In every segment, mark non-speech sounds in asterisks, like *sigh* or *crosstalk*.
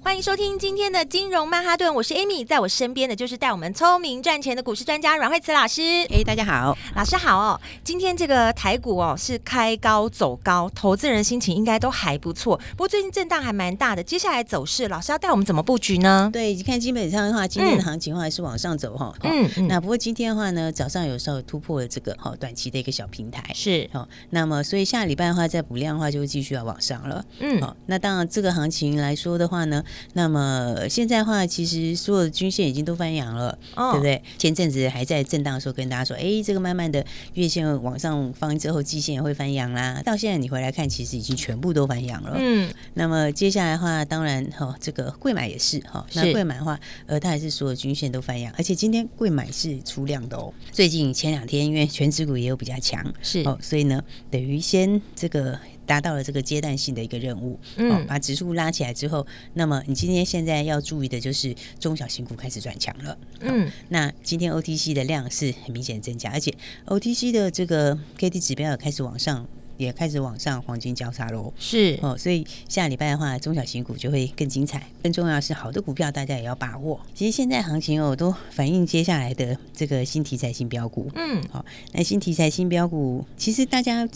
欢迎收听今天的金融曼哈顿，我是 Amy，在我身边的就是带我们聪明赚钱的股市专家阮慧慈老师。哎，大家好，老师好哦，今天这个台股哦是开高走高，投资人心情应该都还不错。不过最近震荡还蛮大的，接下来走势老师要带我们怎么布局呢？对，你看基本上的话，今天的行情的话还是往上走哈。嗯，嗯嗯，那不过今天的话呢，早上有稍微突破了这个哈短期的一个小平台，是好，那么所以下礼拜的话再补量的话就会继续要往上了。嗯好，那当然这个行情来说的话呢，那么现在的话其实所有的均线已经都翻阳了，哦对不对？前阵子还在震荡的时候跟大家说，哎，这个慢慢的月线往上方之后，季线也会翻阳啦。到现在你回来看，其实已经全部都翻阳了。嗯那么接下来的话，当然哈、哦，这个贵买也是哈、哦。那是贵买的话，呃，它也是所有均线都翻阳，而且今天贵买是出量的哦。最近前两天因为全指股也有比较强，是哦，所以呢，等于先这个达到了这个阶段性的一个任务，哦嗯，把指数拉起来之后，那么你今天现在要注意的就是中小型股开始转强了。嗯那今天 OTC 的量是很明显增加，而且 OTC 的这个 K D 指标也开始往上，也开始往上黄金交叉喽。是哦，所以下礼拜的话，中小型股就会更精彩。更重要的是，好的股票大家也要把握。其实现在行情哦，都反映接下来的这个新题材、新标股。嗯好、那新题材、新标股，其实大家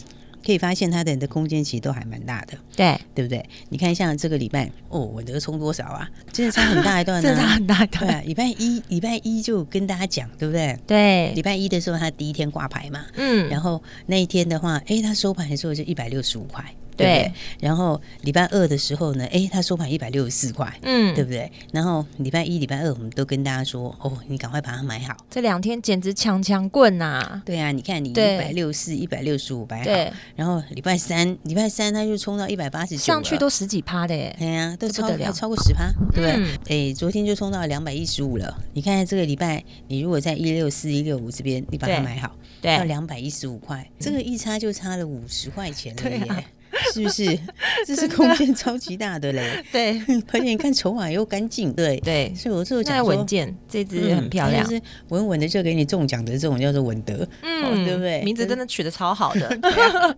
可以发现它的的空间其实都还蛮大的，对，对不对？你看，像这个礼拜，哦，我这个冲多少啊？ *laughs* 真的差很大一段、啊，震荡很大一对段，啊，礼拜一，礼拜一就跟大家讲，对不对？礼对，拜一的时候，它第一天挂牌嘛，嗯然后那一天的话，哎，它收盘的时候就一百六十五块，对不对？然后礼拜二的时候呢，哎，它收盘一百六十四块，嗯，对不对？然后礼拜一、礼拜二我们都跟大家说，哦，你赶快把它买好。这两天简直强强棍呐、对啊，你看你一对百六四、一百六十五买好，对，然后礼拜三，礼拜三它就冲到一百八十九，上去都十几趴的耶，哎呀，都这不超得了还超过十趴，对不对？嗯哎、昨天就冲到两百一十五了。你看这个礼拜，你如果在一六四、一六五这边，你把它对买好，对到两百一十五块，这个一差就差了五十块钱了对耶，啊是不是？这是空间超级大的嘞。 *laughs* 对而且你看筹码又干净，对，对，所以我就那讲稳说。健，这只嗯很漂亮它就，是稳稳的就给你中奖的这种叫做稳 *laughs* 得，哦对不对？嗯名字真的的取得超好 *laughs* 的，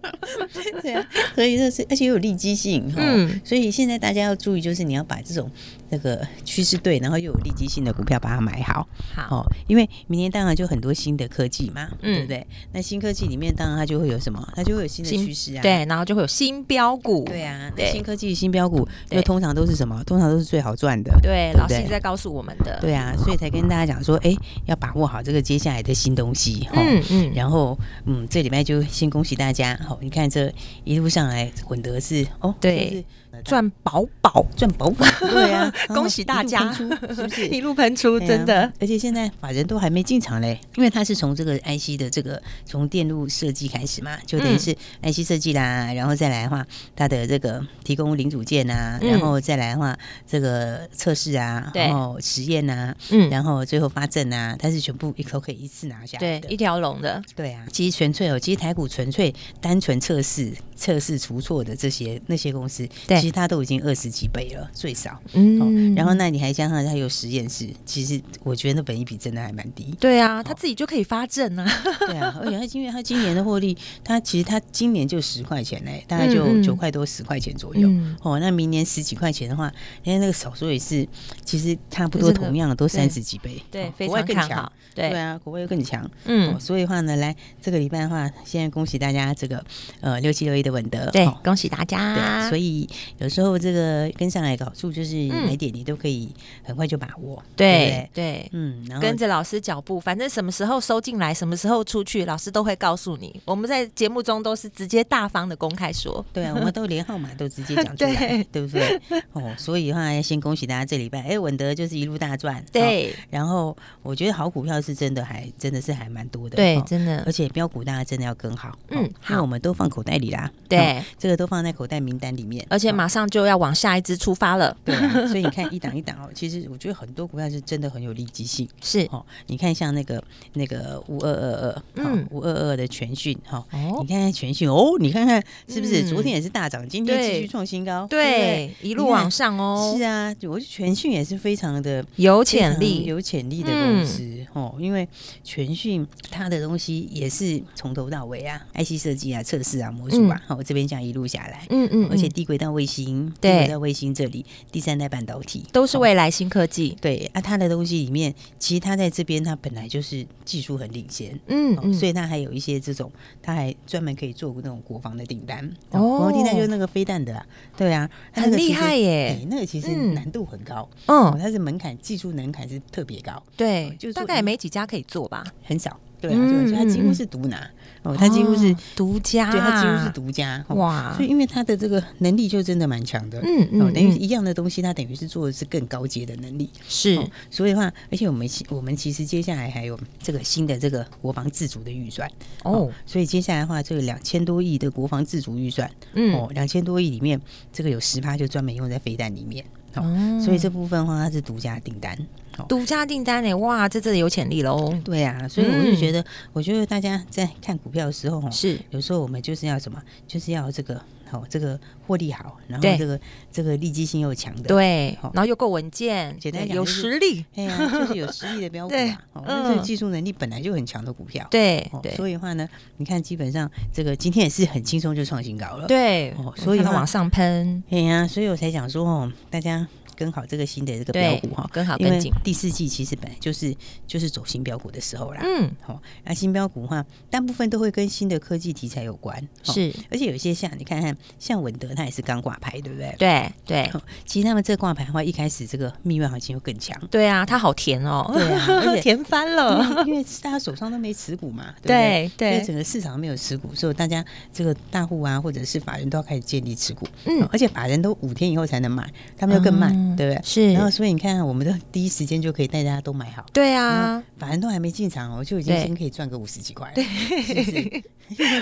对啊，所以这是而且又有利基性，嗯嗯，所以现在大家要注意，就是你要把这种那个趋势对，然后又有利基性的股票把它买好，好，哦，因为明年当然就很多新的科技嘛，嗯对不对？那新科技里面当然它就会有什么，它就会有新的趋势啊，对，然后就会有新标股，对啊，那对新科技新标股对又通常都是什么？通常都是最好赚的，对，不老师一直在告诉我们的，对啊，所以才跟大家讲说，哎，要把握好这个接下来的新东西，哦嗯嗯，然后，嗯，这礼拜就先恭喜大家。好、你看这一路上来，混得是哦，对就是赚饱饱，，赚宝宝，对啊 *laughs* 恭喜大家一路喷出是不 *laughs* 是？一路喷出，哦对啊真的，而且现在法人都还没进场嘞，因为他是从这个 IC 的这个从电路设计开始嘛，就等于嗯是 IC 设计啦，然后再来的话，它的这个提供零组件啊，嗯然后再来的话，这个测试啊，对然后实验啊，嗯，然后最后发证啊，它是全部一口可以一次拿下来对，的一。条龙的，对啊，其实纯粹哦，其实台股纯粹单纯测试、测试除错的这些那些公司，对其实它都已经二十几倍了，最少。哦嗯，。然后？那你还加上它有实验室，其实我觉得那本益比真的还蛮低对啊，他自己就可以发证啊， *laughs* 对啊，而且它因为它今年的获利，它其实它今年就十块钱嘞，大概嗯就嗯九块多十块钱左右。嗯，哦，那明年十几块钱的话，因为那个少说也是，其实差不就多真的同样的都对三十几倍，对，哦非国外常更看强好，，对对，啊，国外又更强。嗯哦，，所以的话呢，来这个礼拜的话，现在恭喜大家这个呃六七六一的稳德，对哦，恭喜大家，对，所以有时候这个跟上来的好处就是啊嗯买点你都可以很快就把握，对对不对对。嗯，然后跟着老师脚步，反正什么时候收进来，什么时候出去，老师都会告诉你。我们在节目中都是直接大方的公开说，对啊，我们都连号码都直 *laughs* 接讲出对来，对不对？哦，所以的话，先恭喜大家这礼拜，哎，稳德就是一路大赚，哦对、然后我觉得好股票是真的还真的是还蛮多的，对，哦真的而，且标股大家真的要跟好，嗯哦因好为我们都放口袋里啦，对哦这个都放在口袋名单里面，而且哦马上就要往下一支出发了。对、啊，所以你看一档一档哦，其实我觉得很多股票是真的很有利基性。是哦，你看像那个那个五二二二，嗯嗯，五二二的全讯哈、哦哦你，看看全讯哦，你看看是不是、嗯昨天也是大涨，今天继续对创新高，对对，一路往上不对哦，是啊，我觉得全讯也是非常的有潜非常力。嗯有潜力的公司、哦，因为全讯它的东西也是从头到尾啊，IC 设计啊、测试啊、魔术啊，好、这边这样一路下来。嗯嗯，而且嗯低轨道卫星，低对轨道卫星这里第三代半导体都是哦未来新科技。对啊，它的东西里面，其实它在这边它本来就是技术很领先。嗯哦嗯，所以以它还有一些这种，它还专门可以做那种国防的订单。哦国防订单就是那个飞弹的、啊，对啊，它那很个其厉实害耶哎那个其实嗯难度很高，哦，嗯，它是门槛技术门槛是特别高，对就是，说大概也没几家可以做吧。很少。对啊，嗯对啊，所以它几乎是独拿哦，它几乎是，哦独家，对，它几乎是独家。哦哇所，以因为它的这个能力就真的蛮强的。嗯哦，嗯等于嗯，一样的东西，它等于是做的是更高阶的能力。是哦所以的话，而且我们其我们其实接下来还有这个新的这个国防自主的预算哦，所以接下来的话，这个两千多亿的国防自主预算、嗯哦，两千多亿里面，这个有十趴就专门用在飞弹里面。哦哦所以这部分的话，它是独家订单。哦独家订单呢，哇，这真的有潜力喽。对啊，所以我就觉得，我觉得大家在看股票的时候，哦嗯是，有时候我们就是要什么，就是要这个好、这个获利好，然后对这个这个利基性又强的，对，哦然后又够稳健，简单对讲有就是实力，哎呀，就是有实力的标股 *laughs* 对啊，哦，那这嗯技术能力本来就很强的股票，对哦，对所以的话呢，你看基本上这个今天也是很轻松就创新高了，，对哦，所所以以它的话往上喷，哎呀，所以我才想说哦，大家跟好这个新的这个标对股哈，，跟好因为跟紧，第四季其实本来就是就是走新标股的时候啦。嗯，哦，那新标股的话，大部分都会跟新的科技题材有关，哦，是而且有一些像你看看，像稳德它也是刚挂牌，对不对？对对哦其实他们这挂牌的话，一开始这个蜜月行情又更 *laughs* 强，对啊，它好甜哦， *laughs* 对啊而且甜翻 *laughs* 了，因为因为大家手上都没持股嘛，对不对？对因为对，整个市场没有持股，所以大家这个大户啊，或者是法人都要开始建立持股，哦嗯，而且法人都五天以后才能买，他们就更慢，嗯对不对？是然，后所以你看，我们都第一时间就可以带大家都买好。对然啊后。法人都还没进场哦，就已经对先可以赚个五十几块了，对， *laughs*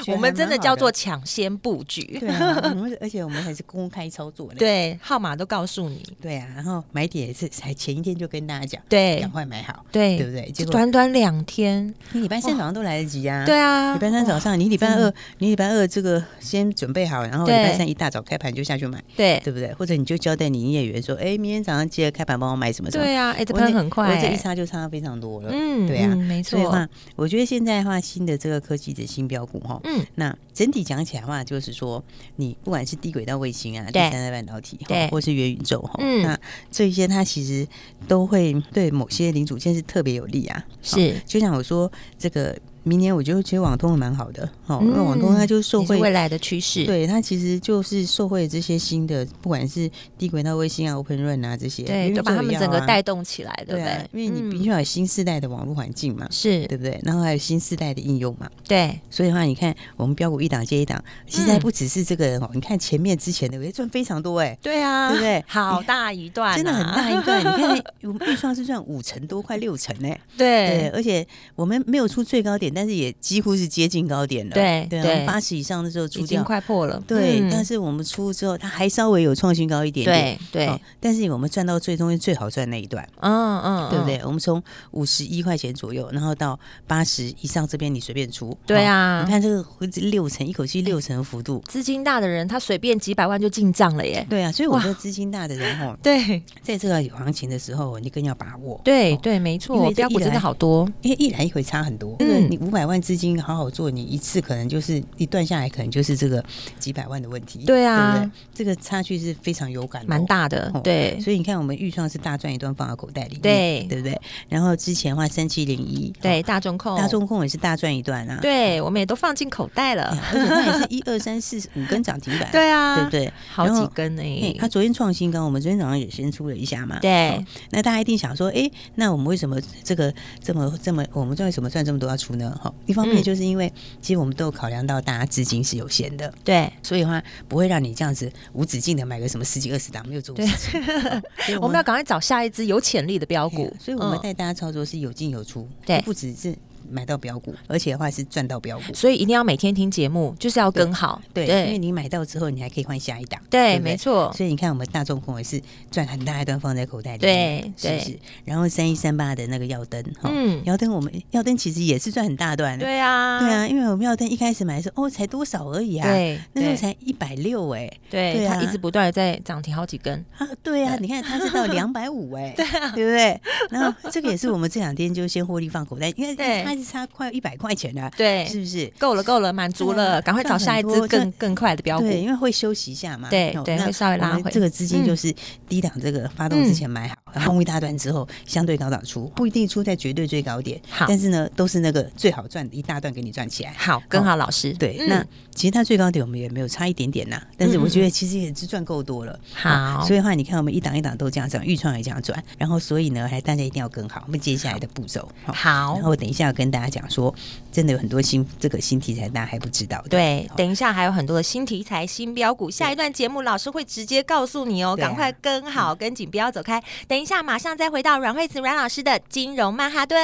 我们真的叫做觉抢先布得局，还蛮好的 *laughs* 对啊，我们而且我们还是公开操作的，对，号码都告诉你，对啊，然后买点也是才前一天就跟大家讲，对赶快买好，对对不对？就结果短短两天，你礼拜三早上都来得及啊，对啊，礼拜三早上，你礼拜二，你礼拜二这个先准备好，然后礼对拜三一大早开盘就下去买，对对不对？或者你就交代你营业员说，哎，明天早上记得开盘帮我买什么什么。对啊，哎，这我那喷很快我这欸，一差就差非常多了。嗯，对啊嗯没所以的错，话，我觉得现在的话，新的这个科技的新标股哈，嗯，那整体讲起来的话，就是说，你不管是低轨道卫星啊，第对三代半导体哈，对或是元宇宙哈，嗯那这一些它其实都会对某些零组件是特别有利啊。是就像我说，这个明年我觉得其实网通蛮好的哦，因为嗯网通它就是受也是未惠。来的趋势，对它其实就是受惠这些新的，不管是低轨道卫星啊、Open Run 啊这些，对，元宇都把宙他也们要整个啊带动起来，对对不啊对？，因为你必嗯须要有新时代的网络环境嘛，是对不对？然后还有新时代的应用嘛，对所以的话，你看我们标股一档接一档，现在嗯不只是这个哦，你看前面之前的，我觉得赚非常多哎、对啊，对不对 *laughs* 好大一段啊，真的很大一段，你看我们预算是赚五成多，快六成哎、对， *laughs* 对而且我们没有出最高点，但是也几乎是接近高点了。对对对啊，八十以上的时候已出经掉，快破了，对，嗯但是我们出之后，它还稍微有创新高一点点。对对，哦嗯但是我们赚到最中间最好赚那一段，嗯，对不对嗯？？我们从五十一块钱左右，然后到八十以上这边你随便出，对哦啊你，看这个会六成，一口气六成的幅度，资金大的人他随便几百万就进账了耶，对啊，所以我哇觉得资金大的人哦，对在这个有行情的时候，你更要把握，对哦对，没因错，为这标股一来真的好多，因为一来一回差很多。嗯嗯，你五百万资金好好做，你一次可能就是一段下来，可能就是这个几百万的问题。对啊对不对？这个差距是非常有感的哦，蛮大的哦，对所以你看，我们预算是大赚一段放到口袋里面，对对不对？然后之前的话三七零一，对，哦，大众控，大众控也是大赚一段啊，对我们也都放进口袋了哎呀，，而且它也是一二三四五根涨停板， *laughs* 对啊，对不对？好然后几根哎呢，它昨天创新高，我们昨天早上也先出了一下嘛，对那大家一定想说，哎，那我们为什么这个这么这么，我们为什么赚这么多要出呢？哈，一方面嗯就是因为、其实我们都有考量到大家资金是有限的，对，所以的话不会让你这样子无止境的买个什么十几二十档，没有这种事情。哦所以 *laughs* 我们要赶快找下一只有潜力的标哎呀股，所以我们嗯带大家操作是有进有出，对不只是。买到标股，而且的话是赚到标股。所以一定要每天听节目，就是要跟好，对，因为对你买到之后，你还可以换下一档，对，不没错，所以你看，我们大众控也是赚很大一段放在口袋里面，对是不是？然后三一三八的那个耀灯，哈、嗯耀灯我们耀灯其实也是赚很大段，、对啊，对啊，因为我们耀灯一开始买的时候，哦，才多少而已啊，对那时候对才一百六哎，对，对它啊一直不断的在涨停好几根，啊，对啊，你看它是到两百五 *laughs* 哎，对啊不对？然后这个也是我们这两天就先获利放口袋，因为对它是差快一百块钱啊，对，是不是？够了够了，满足了，对啊赶快找下一赚只很多更更快的标股，对，因为会休息一下嘛，对哦对那会稍微拉我们回这个资金嗯就是低档这个发动之前买好，然后轰一大段之后，相对高档出，不一定出在绝对最高点，好但是呢，都是那个最好赚的一大段给你赚起来。好，跟好老师，对，嗯那其实它最高点我们也没有差一点点呐，但是嗯嗯我觉得其实也是赚够多了。哦好所以的话，你看我们一档一档都这样赚，预创也这样赚，然后所以呢，还大家一定要跟好我们接下来的步骤。好好然，后等一下要跟大家讲说，真的有很多新这个新题材，大家还不知道的。对，好等一下还有很多的新题材、新标股，下一段节目老师会直接告诉你哦，对啊赶快跟好跟紧，不要走开。等一下马上再回到阮慧慈阮老师的金融曼哈顿。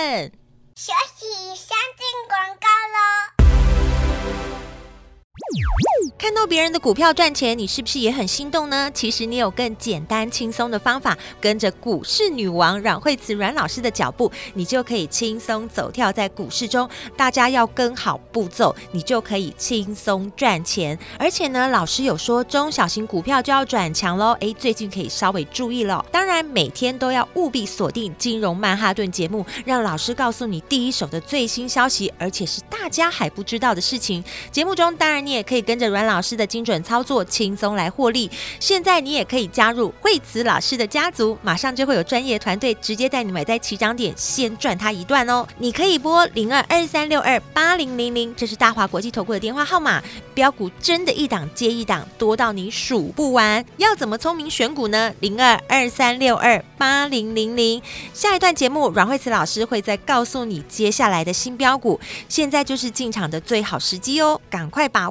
学习相进广告喽。看到别人的股票赚钱，你是不是也很心动呢？其实你有更简单轻松的方法，跟着股市女王阮慧慈阮老师的脚步，你就可以轻松走跳在股市中。大家要跟好步骤，你就可以轻松赚钱。而且呢，老师有说中小型股票就要转强喽，诶，最近可以稍微注意了。当然，每天都要务必锁定《金融曼哈顿》节目，让老师告诉你第一手的最新消息，而且是大家还不知道的事情。节目中，当然你也可以跟着阮老师的精准操作，轻松来获利。现在你也可以加入惠慈老师的家族，马上就会有专业团队直接带你买在起涨点，先赚它一段哦。你可以拨零二二三六二八零零零，这是大华国际投顾的电话号码。标股真的一档接一档，多到你数不完。要怎么聪明选股呢？零二二三六二八零零零。下一段节目，阮慧慈老师会再告诉你接下来的新标股，现在就是进场的最好时机哦，赶快把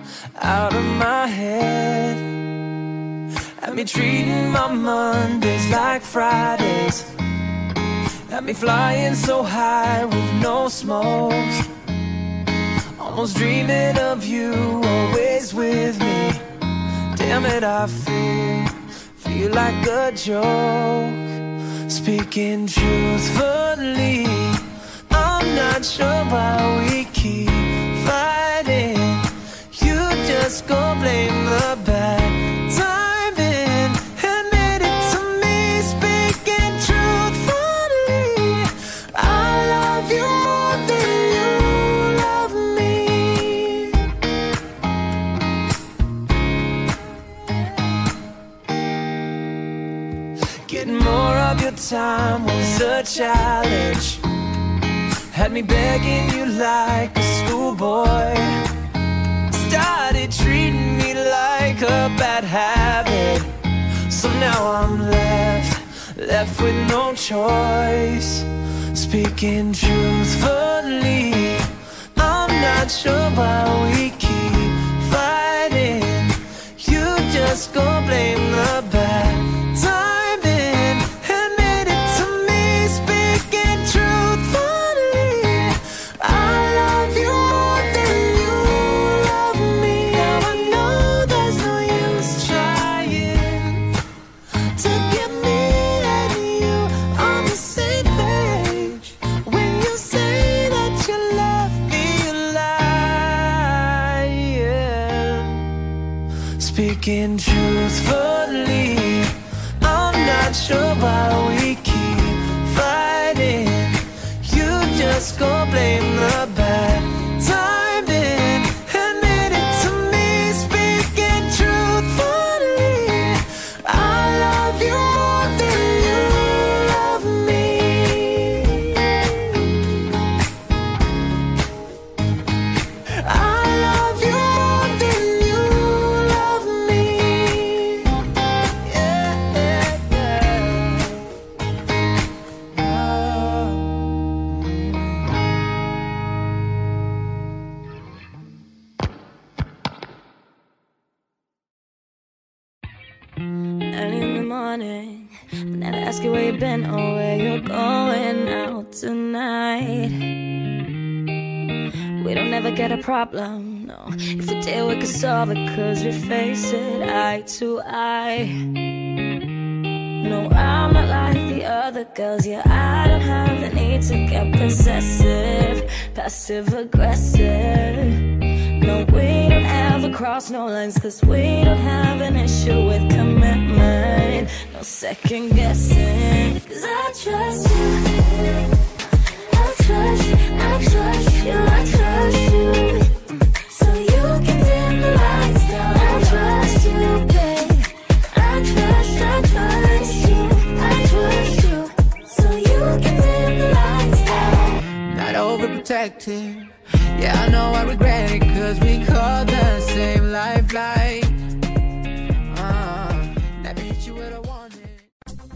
out of my head. Had me treating my Mondays like Fridays. Had me flying so high with no smokes. Almost dreaming of you, always with me. Damn it, I feel, feel like a joke. Speaking truthfully, I'm not sure why we keep fighting. You just go blame the bad timing. Admit it to me, speaking truthfully. I love you more than you love me. good time was a challenge. Had me begging you like a schoolboy. Started treating me like a bad habit. So now I'm left, left with no choice. Speaking truthfully, I'm not sure why we keep fighting. You just go blame the bad timing Admit it to me, speaking truthfully. I love you more than you love me. Now I know there's no use trying to get me and you on the same page when you say that you love me you're lying. speaking truthfully i'm not sure why we keep fighting you just go blame the bad timing admit it to me speaking truthfully I love you more than you love me. I love you more than you love me. Yeah, yeah, yeah. Oh. early in the morning. Never ask you where you've been or where you're going out tonight. We don't ever get a problem, no. If we did, we could solve it, cause we face it eye to eye. No, I'm not like the other girls, yeah. I don't have the need to get possessive, passive aggressive. No, we don't ever cross no lines, cause we don't have an issue with commitment. No second guessing, cause I trust you. I trust, I trust you, I trust you. So you can dim the lights down. I trust you, babe. I trust, I trust you, I trust you. So you can dim the lights down. not overprotective. Yeah, I know I regret it, cause we call the same lifeline. Uh, never hit you with a warning.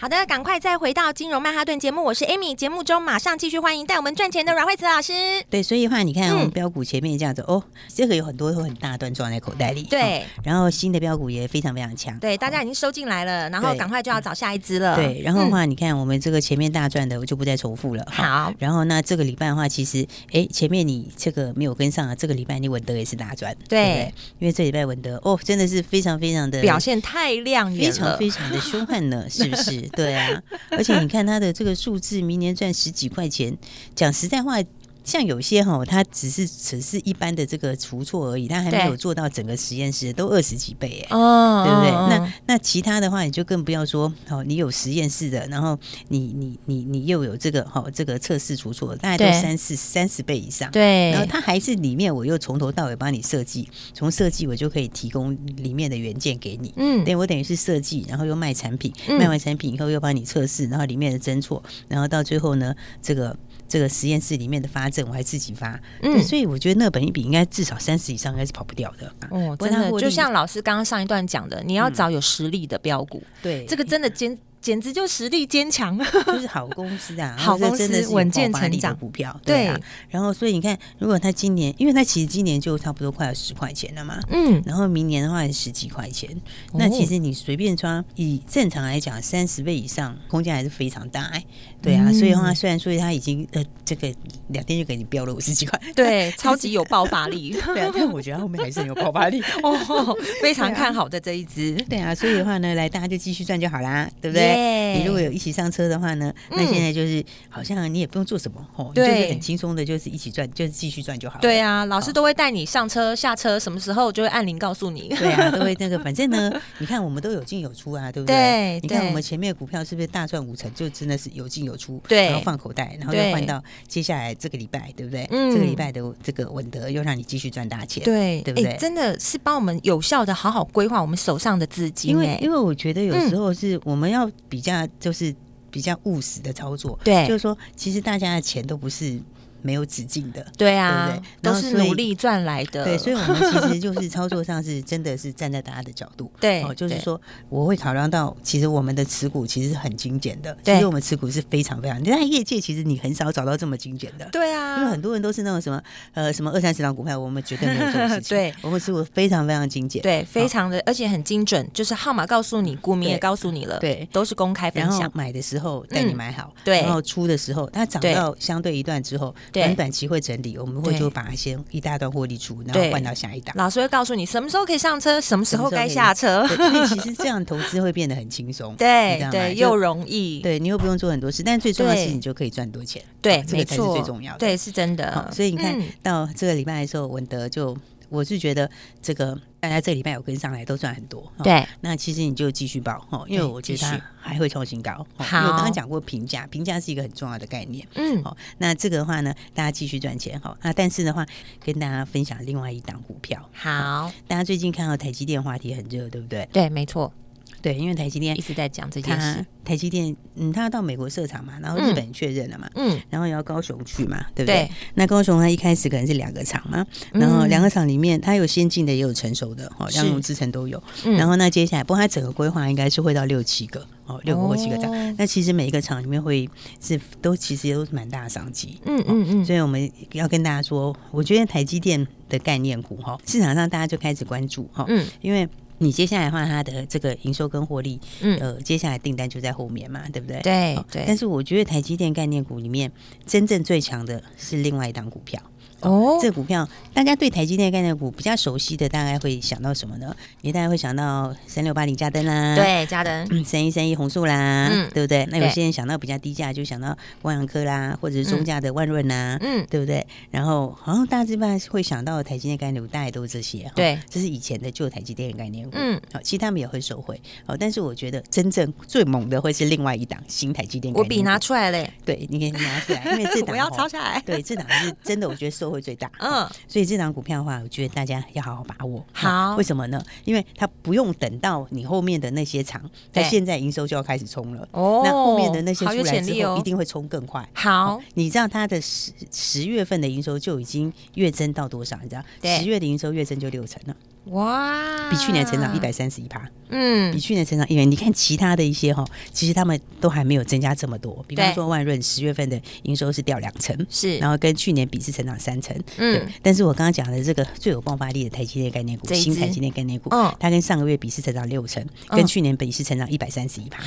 好的，赶快再回到金融曼哈顿节目，我是 Amy。节目中马上继续欢迎带我们赚钱的阮慧慈老师。对，所以的话，你看、嗯哦、我们标股前面这样子哦，这个有很多都很大段装在口袋里，对哦然后新的标股也非常非常强，对，大家已经收进来了，然后对赶快就要找下一支了。对，然后的嗯话，你看我们这个前面大赚的，我就不再重复了。好然后那这个礼拜的话，其实哎，前面你这个没有跟上啊，这个礼拜你稳德也是大赚，对不因为这礼拜稳德哦，真的是非常非常的表。现太亮眼非了，常非常的凶悍 *laughs* 呢，是不是？对啊，而且你看它的这个数字，明年赚十几块钱。讲实在话，像有些哈、它只是只是一般的这个除错而已，它还没对有做到整个实验室都二十几倍哎。哦，对不对？哦那那其他的话，你就更不要说哦，你有实验室的，然后你你你你又有这个哦，这个测试出错，大概对都三四三十倍以上。。对，然后它还是里面，我又从头到尾帮你设计，从设计我就可以提供里面的元件给你。嗯对我等于是设计，然后又卖产品，嗯卖完产品以后又帮你测试，然后里面的侦错，然后到最后呢，这个这个实验室里面的发证我还自己发。嗯对所以我觉得那个本益比应该至少三十以上，应该是跑不掉的。哦，不过真它的获就利嗯像老师刚刚上一段讲的，你要找有实力的标股，对这个真的简简直就实力坚强。就是好公司啊，好公司然后这真的是有稳健爆发力的成长股票，对对啊。然后所以你看，如果它今年，因为它其实今年就差不多快要十块钱了嘛。嗯，哦然后明年的话也十几块钱，那其实你随便抓，以正常来讲，三十倍以上空间还是非常大、哎，对啊，所以的嗯话，虽然说它已经呃，这个两天就给你飙了五十几块， *laughs* 对，超级有爆发力对啊，但我觉得它后面还是很有爆发力， *laughs* 哦，非啊常看好的这一支。对啊，所以的 *laughs* 话呢，来大家就继续赚就好啦，对不对 Yeah 你如果有一起上车的话呢，那现在就是、好像你也不用做什么哦，你嗯对就是很轻松的，就是一起赚，就是继续赚就好了。对。啊，老师好都会带你上车、下车，什么时候就会按铃告诉你。对啊，都会那个，反 *laughs* 正呢，你看我们都有进有出啊，对不对你看对我们前面的股票是不是大赚五成，就真的是有进有出，对然后放口袋，然后对又换到接下来这个礼拜，对不对？嗯这个礼拜的这个稳德又让你继续赚大钱，对对不哎对？诶真的是帮我们有效的好好规划我们手上的资金、因诶嗯为因为我觉得有时候是我们要比较就是比较务实的操作。对就是说，其实大家的钱都不是没有止境的。对啊，对不对都然后是所以努力赚来的。对，所以我们其实就是操作上是真的是站在大家的角度，对哦，就是对说我会考量到，其实我们的持股其实是很精简的，对其实我们持股是非常非常，在业界其实你很少找到这么精简的。对因为啊很，多人都是那种什么呃什么二三十档股票，我们绝对没有 *laughs* 这种事情。对，我们持股非常非常精简。对，非哦常的，而且很精准，就是号码告诉你，股民对也告诉你了，对都是公开分然后享。买的时候带你嗯买好，对然后出的时候它涨对到相对一段之后，对很短期会整理，我们会对就把它先一大段获利出，然对后换到下一档。老师会告诉你什么时候可以上车，什么时候该下车。对所以 *laughs* 其实这样投资会变得很轻松，你知对道吗对，就又容易，对你又不用做很多事，但最重要的是对你就可以赚很多钱，对，这没个才是错，最重要的。对，是真的好，。所以你看、嗯到这个礼拜的时候，文德就我是觉得这个大家这个礼拜有跟上来都赚很多，哦对那其实你就继续报哦，因为对我觉得继续它还会创新高。哦好因为我刚刚讲过评价，评价是一个很重要的概念。嗯，好、那这个的话呢，大家继续赚钱哈、哦。那但是的话，跟大家分享另外一档股票。好，大家最近看到台积电话题很热，对不对？对，没错，对，因为台积电一直在讲这件它事。台积电，嗯，它要到美国设厂嘛，然后日嗯本确认了嘛，嗯，然后也要高雄去嘛，对不对？对那高雄它一开始可能是两个厂嘛，然后嗯两个厂里面它有先进的也有成熟的，哦，是两种制程都有。嗯然后那接下来，不过它整个规划应该是会到六七个，哦，六个或七个厂。哦那其实每一个厂里面会是都其实都是蛮大的商机。嗯嗯嗯，所以我们要跟大家说，我觉得台积电的概念股哈，哦市场上大家就开始关注哈，哦嗯，因为你接下来的话，它的这个营收跟获利，嗯呃，接下来订单就在后面嘛，对不对？对哦对但是我觉得台积电概念股里面，真正最强的是另外一档股票。哦这股票大家对台积电概念股比较熟悉的，大概会想到什么呢？你大概会想到三六八零加登啦，。对，嘉登，嗯，三一三一红树啦，嗯对不对？那有对些人想到比较低价，就想到万阳科啦，或者是中价的万润啊啦，嗯，对不对？然后好像大致上会想到台积电概念股，大概都是这些。哈对，这是以前的旧台积电概念股。嗯，好，其实他们也会受惠。好，但是我觉得真正最猛的会是另外一档新台积电概我念股。笔拿出来嘞，对，你可以拿出来，因为这档 *laughs* 我要哦抄下来。 *laughs* 对，这档是真的，我觉得收获最大。 *laughs* 嗯，所以这档股票的话，我觉得大家要好好把握。好为什么呢？因为它不用等到你后面的那些厂，它对现在营收就要开始冲了。哦那后面的那些好出有来潜力之哦后，一定会冲 *laughs* 更快。好，你知道它的十十月份的营收就已经月增到多少？你知道对十月的营收月增就六成了，哇，比去年成长一百，三十一趴，比嗯，去年成长一元。你看其他的一些哈，其实他们都还没有增加这么多。比对方说万润十月份的营收是掉两成，是然，后跟去年比是成长三成，嗯对。但是我刚刚讲的这个最有爆发力的台积电概念股，这一新支台积电概念股，嗯它跟上个月比是成长六成，嗯跟去年比是成长一百三十一趴，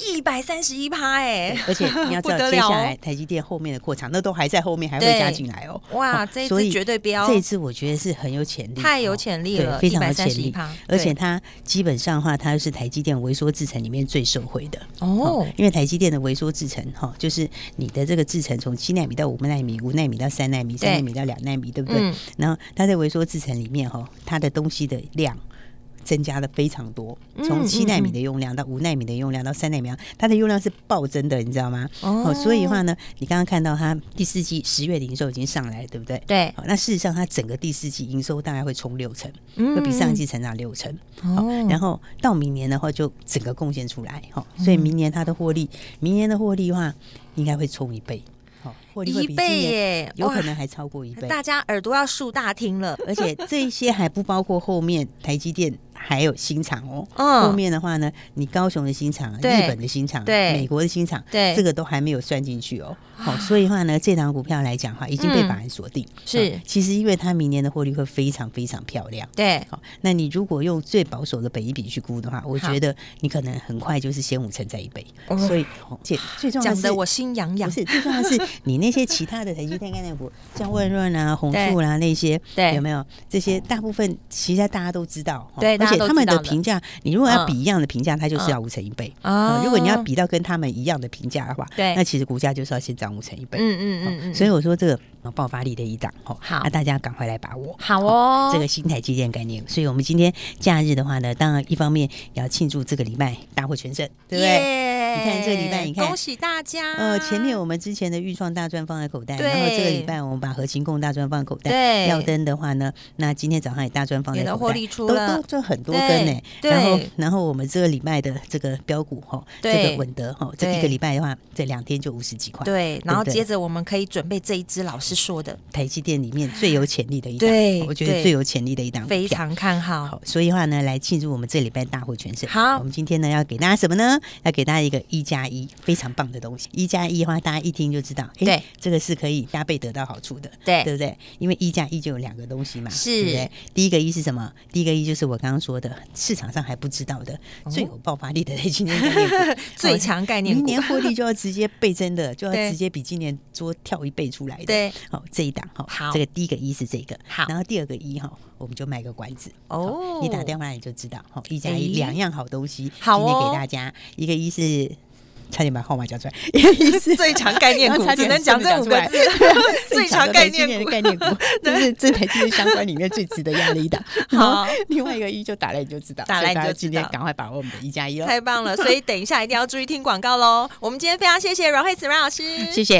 一百三十一趴，哎， *laughs* 而且你要知不得道，接了哦下来台积电后面的扩厂，那都还在后面，还会对加进来哦。哇哦这一支所以绝对飙这一次我觉得是很有潜力，太有哦潜力对了非常有潜131力趴。而且对它基本上的话，它是台积电微缩制程里面最受惠的。哦哦，，因为台积电的微缩制程哈，就是你的这个制程从七纳米到五纳米，五纳米到三纳米，对三纳米到两纳米，对不对？嗯然后它在微缩制程里面哈，它的东西的量。增加的非常多，嗯从七纳米的用量到五纳米的用量到三纳米，它的用量是暴增的，你知道吗？哦所以的话呢，你刚刚看到它第四季十月的营收已经上来了，对不对？对好，那事实上它整个第四季营收大概会冲六成，嗯会比上一季成长六成。哦嗯哦，然后到明年的话，就整个贡献出来哈、哦，所以明年它的获利，明年的获利的话，应该会冲一倍，好、哦，获利会一比今倍年耶，有可哇能还超过一倍，大家耳朵要竖大听了，而且这一些还不包括后面台积电还有新厂哦。嗯后面的话呢，你高雄的新厂、日对本的新厂、对美国的新厂，对啊这个都还没有算进去哦。好、所以的话呢，这档股票来讲的话，已经被法人锁定。嗯是哦其实因为它明年的获利会非常非常漂亮。对，好，那你如果用最保守的本一比去估的话，我觉得你可能很快就是先五成再一倍。哦所以，而且最重要的讲是，的我心痒痒不，是最重 *laughs* 要的是你那些其他的台积电概念股，像万润啊、红树啦、那些，嗯对嗯有没有？这些大部分其实大家都知道，哦对而大家且都他们知的道的评价，你如果要嗯比一样的评价，它就是要五成一倍。哦哦如果你要比到跟他们一样的评价的话，对那其实股价就是要先涨涨五成一倍。嗯嗯嗯哦嗯，所以我说这个呃爆发力的一档哈，好那大家赶快来把握。好哦，这个新台积电概念，所以我们今天假日的话呢，当然一方面也要庆祝这个礼拜大获全胜，对不对？耶你看这礼拜你看恭喜大家。呃，前面我们之前的预创大赚放在口袋，嗯对然后这个礼拜我们把核心控大赚放口袋，对耀登的话呢，那今天早上也大赚放在也口都袋，获利出都了都赚很多根呢、对然后对然后我们这个礼拜的这个标股哈，这对个稳德哈，这对一个礼拜的话，这两天就五十几块，，对，然后对接着我们可以准备这一支老师说的，台积电里面最有潜力的一档，对我觉得对最有潜力的一档股票，非常看好。好，所以的话呢，来进入我们这礼拜大获全胜。好我们今天呢要给大家什么呢？要给大家一个一加一，非常棒的东西。一加一的话，大家一听就知道，诶对，这个是可以加倍得到好处的，对对不对？因为一加一就有两个东西嘛，是对不对？第一个一是什么？第一个一就是我刚刚说的，市场上还不知道的、最有爆发力的台积电概念股哦 *laughs* 最强概念股明年获利就要直接倍增 *laughs* 的，就对要直接比今年多跳一倍出来的。对，好、这一档好，好这个第一个一是这个，好然后第二个一哈，我们就卖个关子哦你打电话来你就知道哈，一加诶一两样好东西，好今天哦给大家一个一是。差点把号码讲出来，一个一 *laughs* 是最强概 *laughs* 念股然后差点只能讲这五个字 *laughs* 顺便讲最强出来概念股 *laughs* 最强的 *laughs* 概念股，就是这台积电相关里面最值得压的一档。然后好另外一个一就打来你就知道，打来你就所以大家知今天道赶快把握我们的一加一哦。太棒了！所以等一下一定要注意听广告喽。我们今天非常谢谢阮慧慈阮老师， *laughs* 谢谢。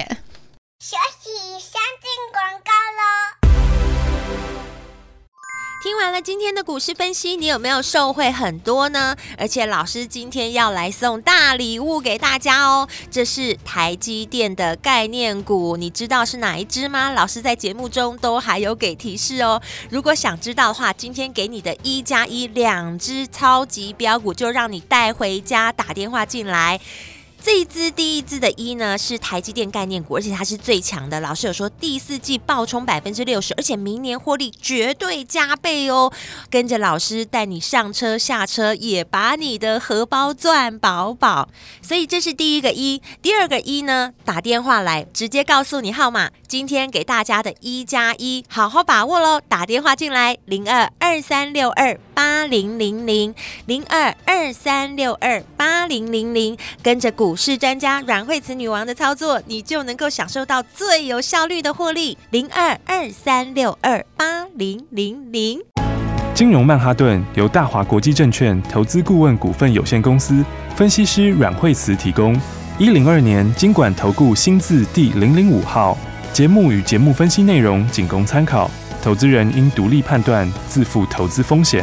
学习先进广告喽。听完了今天的股市分析，你有没有受惠很多呢？而且老师今天要来送大礼物给大家哦，这是台积电的概念股，你知道是哪一支吗？老师在节目中都还有给提示哦。如果想知道的话，今天给你的一加一两只超级标股，就让你带回家，打电话进来。这一支第一支的一呢是台积电概念股，而且它是最强的。老师有说第四季爆冲百分之六十，而且明年获利绝对加倍哦。跟着老师带你上车下车，也把你的荷包赚饱饱。所以这是第一个一，第二个一呢，打电话来直接告诉你号码。今天给大家的一加一，好好把握喽！打电话进来，零二二三六二八零零零，零二二三六二八零零零，跟着股市专家阮惠慈女王的操作，你就能够享受到最有效率的获利。零二二三六二八零零零。金融曼哈顿由大华国际证券投资顾问股份有限公司分析师阮惠慈提供。一零二年经管投顾新字第零零五号。节目与节目分析内容仅供参考，投资人应独立判断，自负投资风险。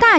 大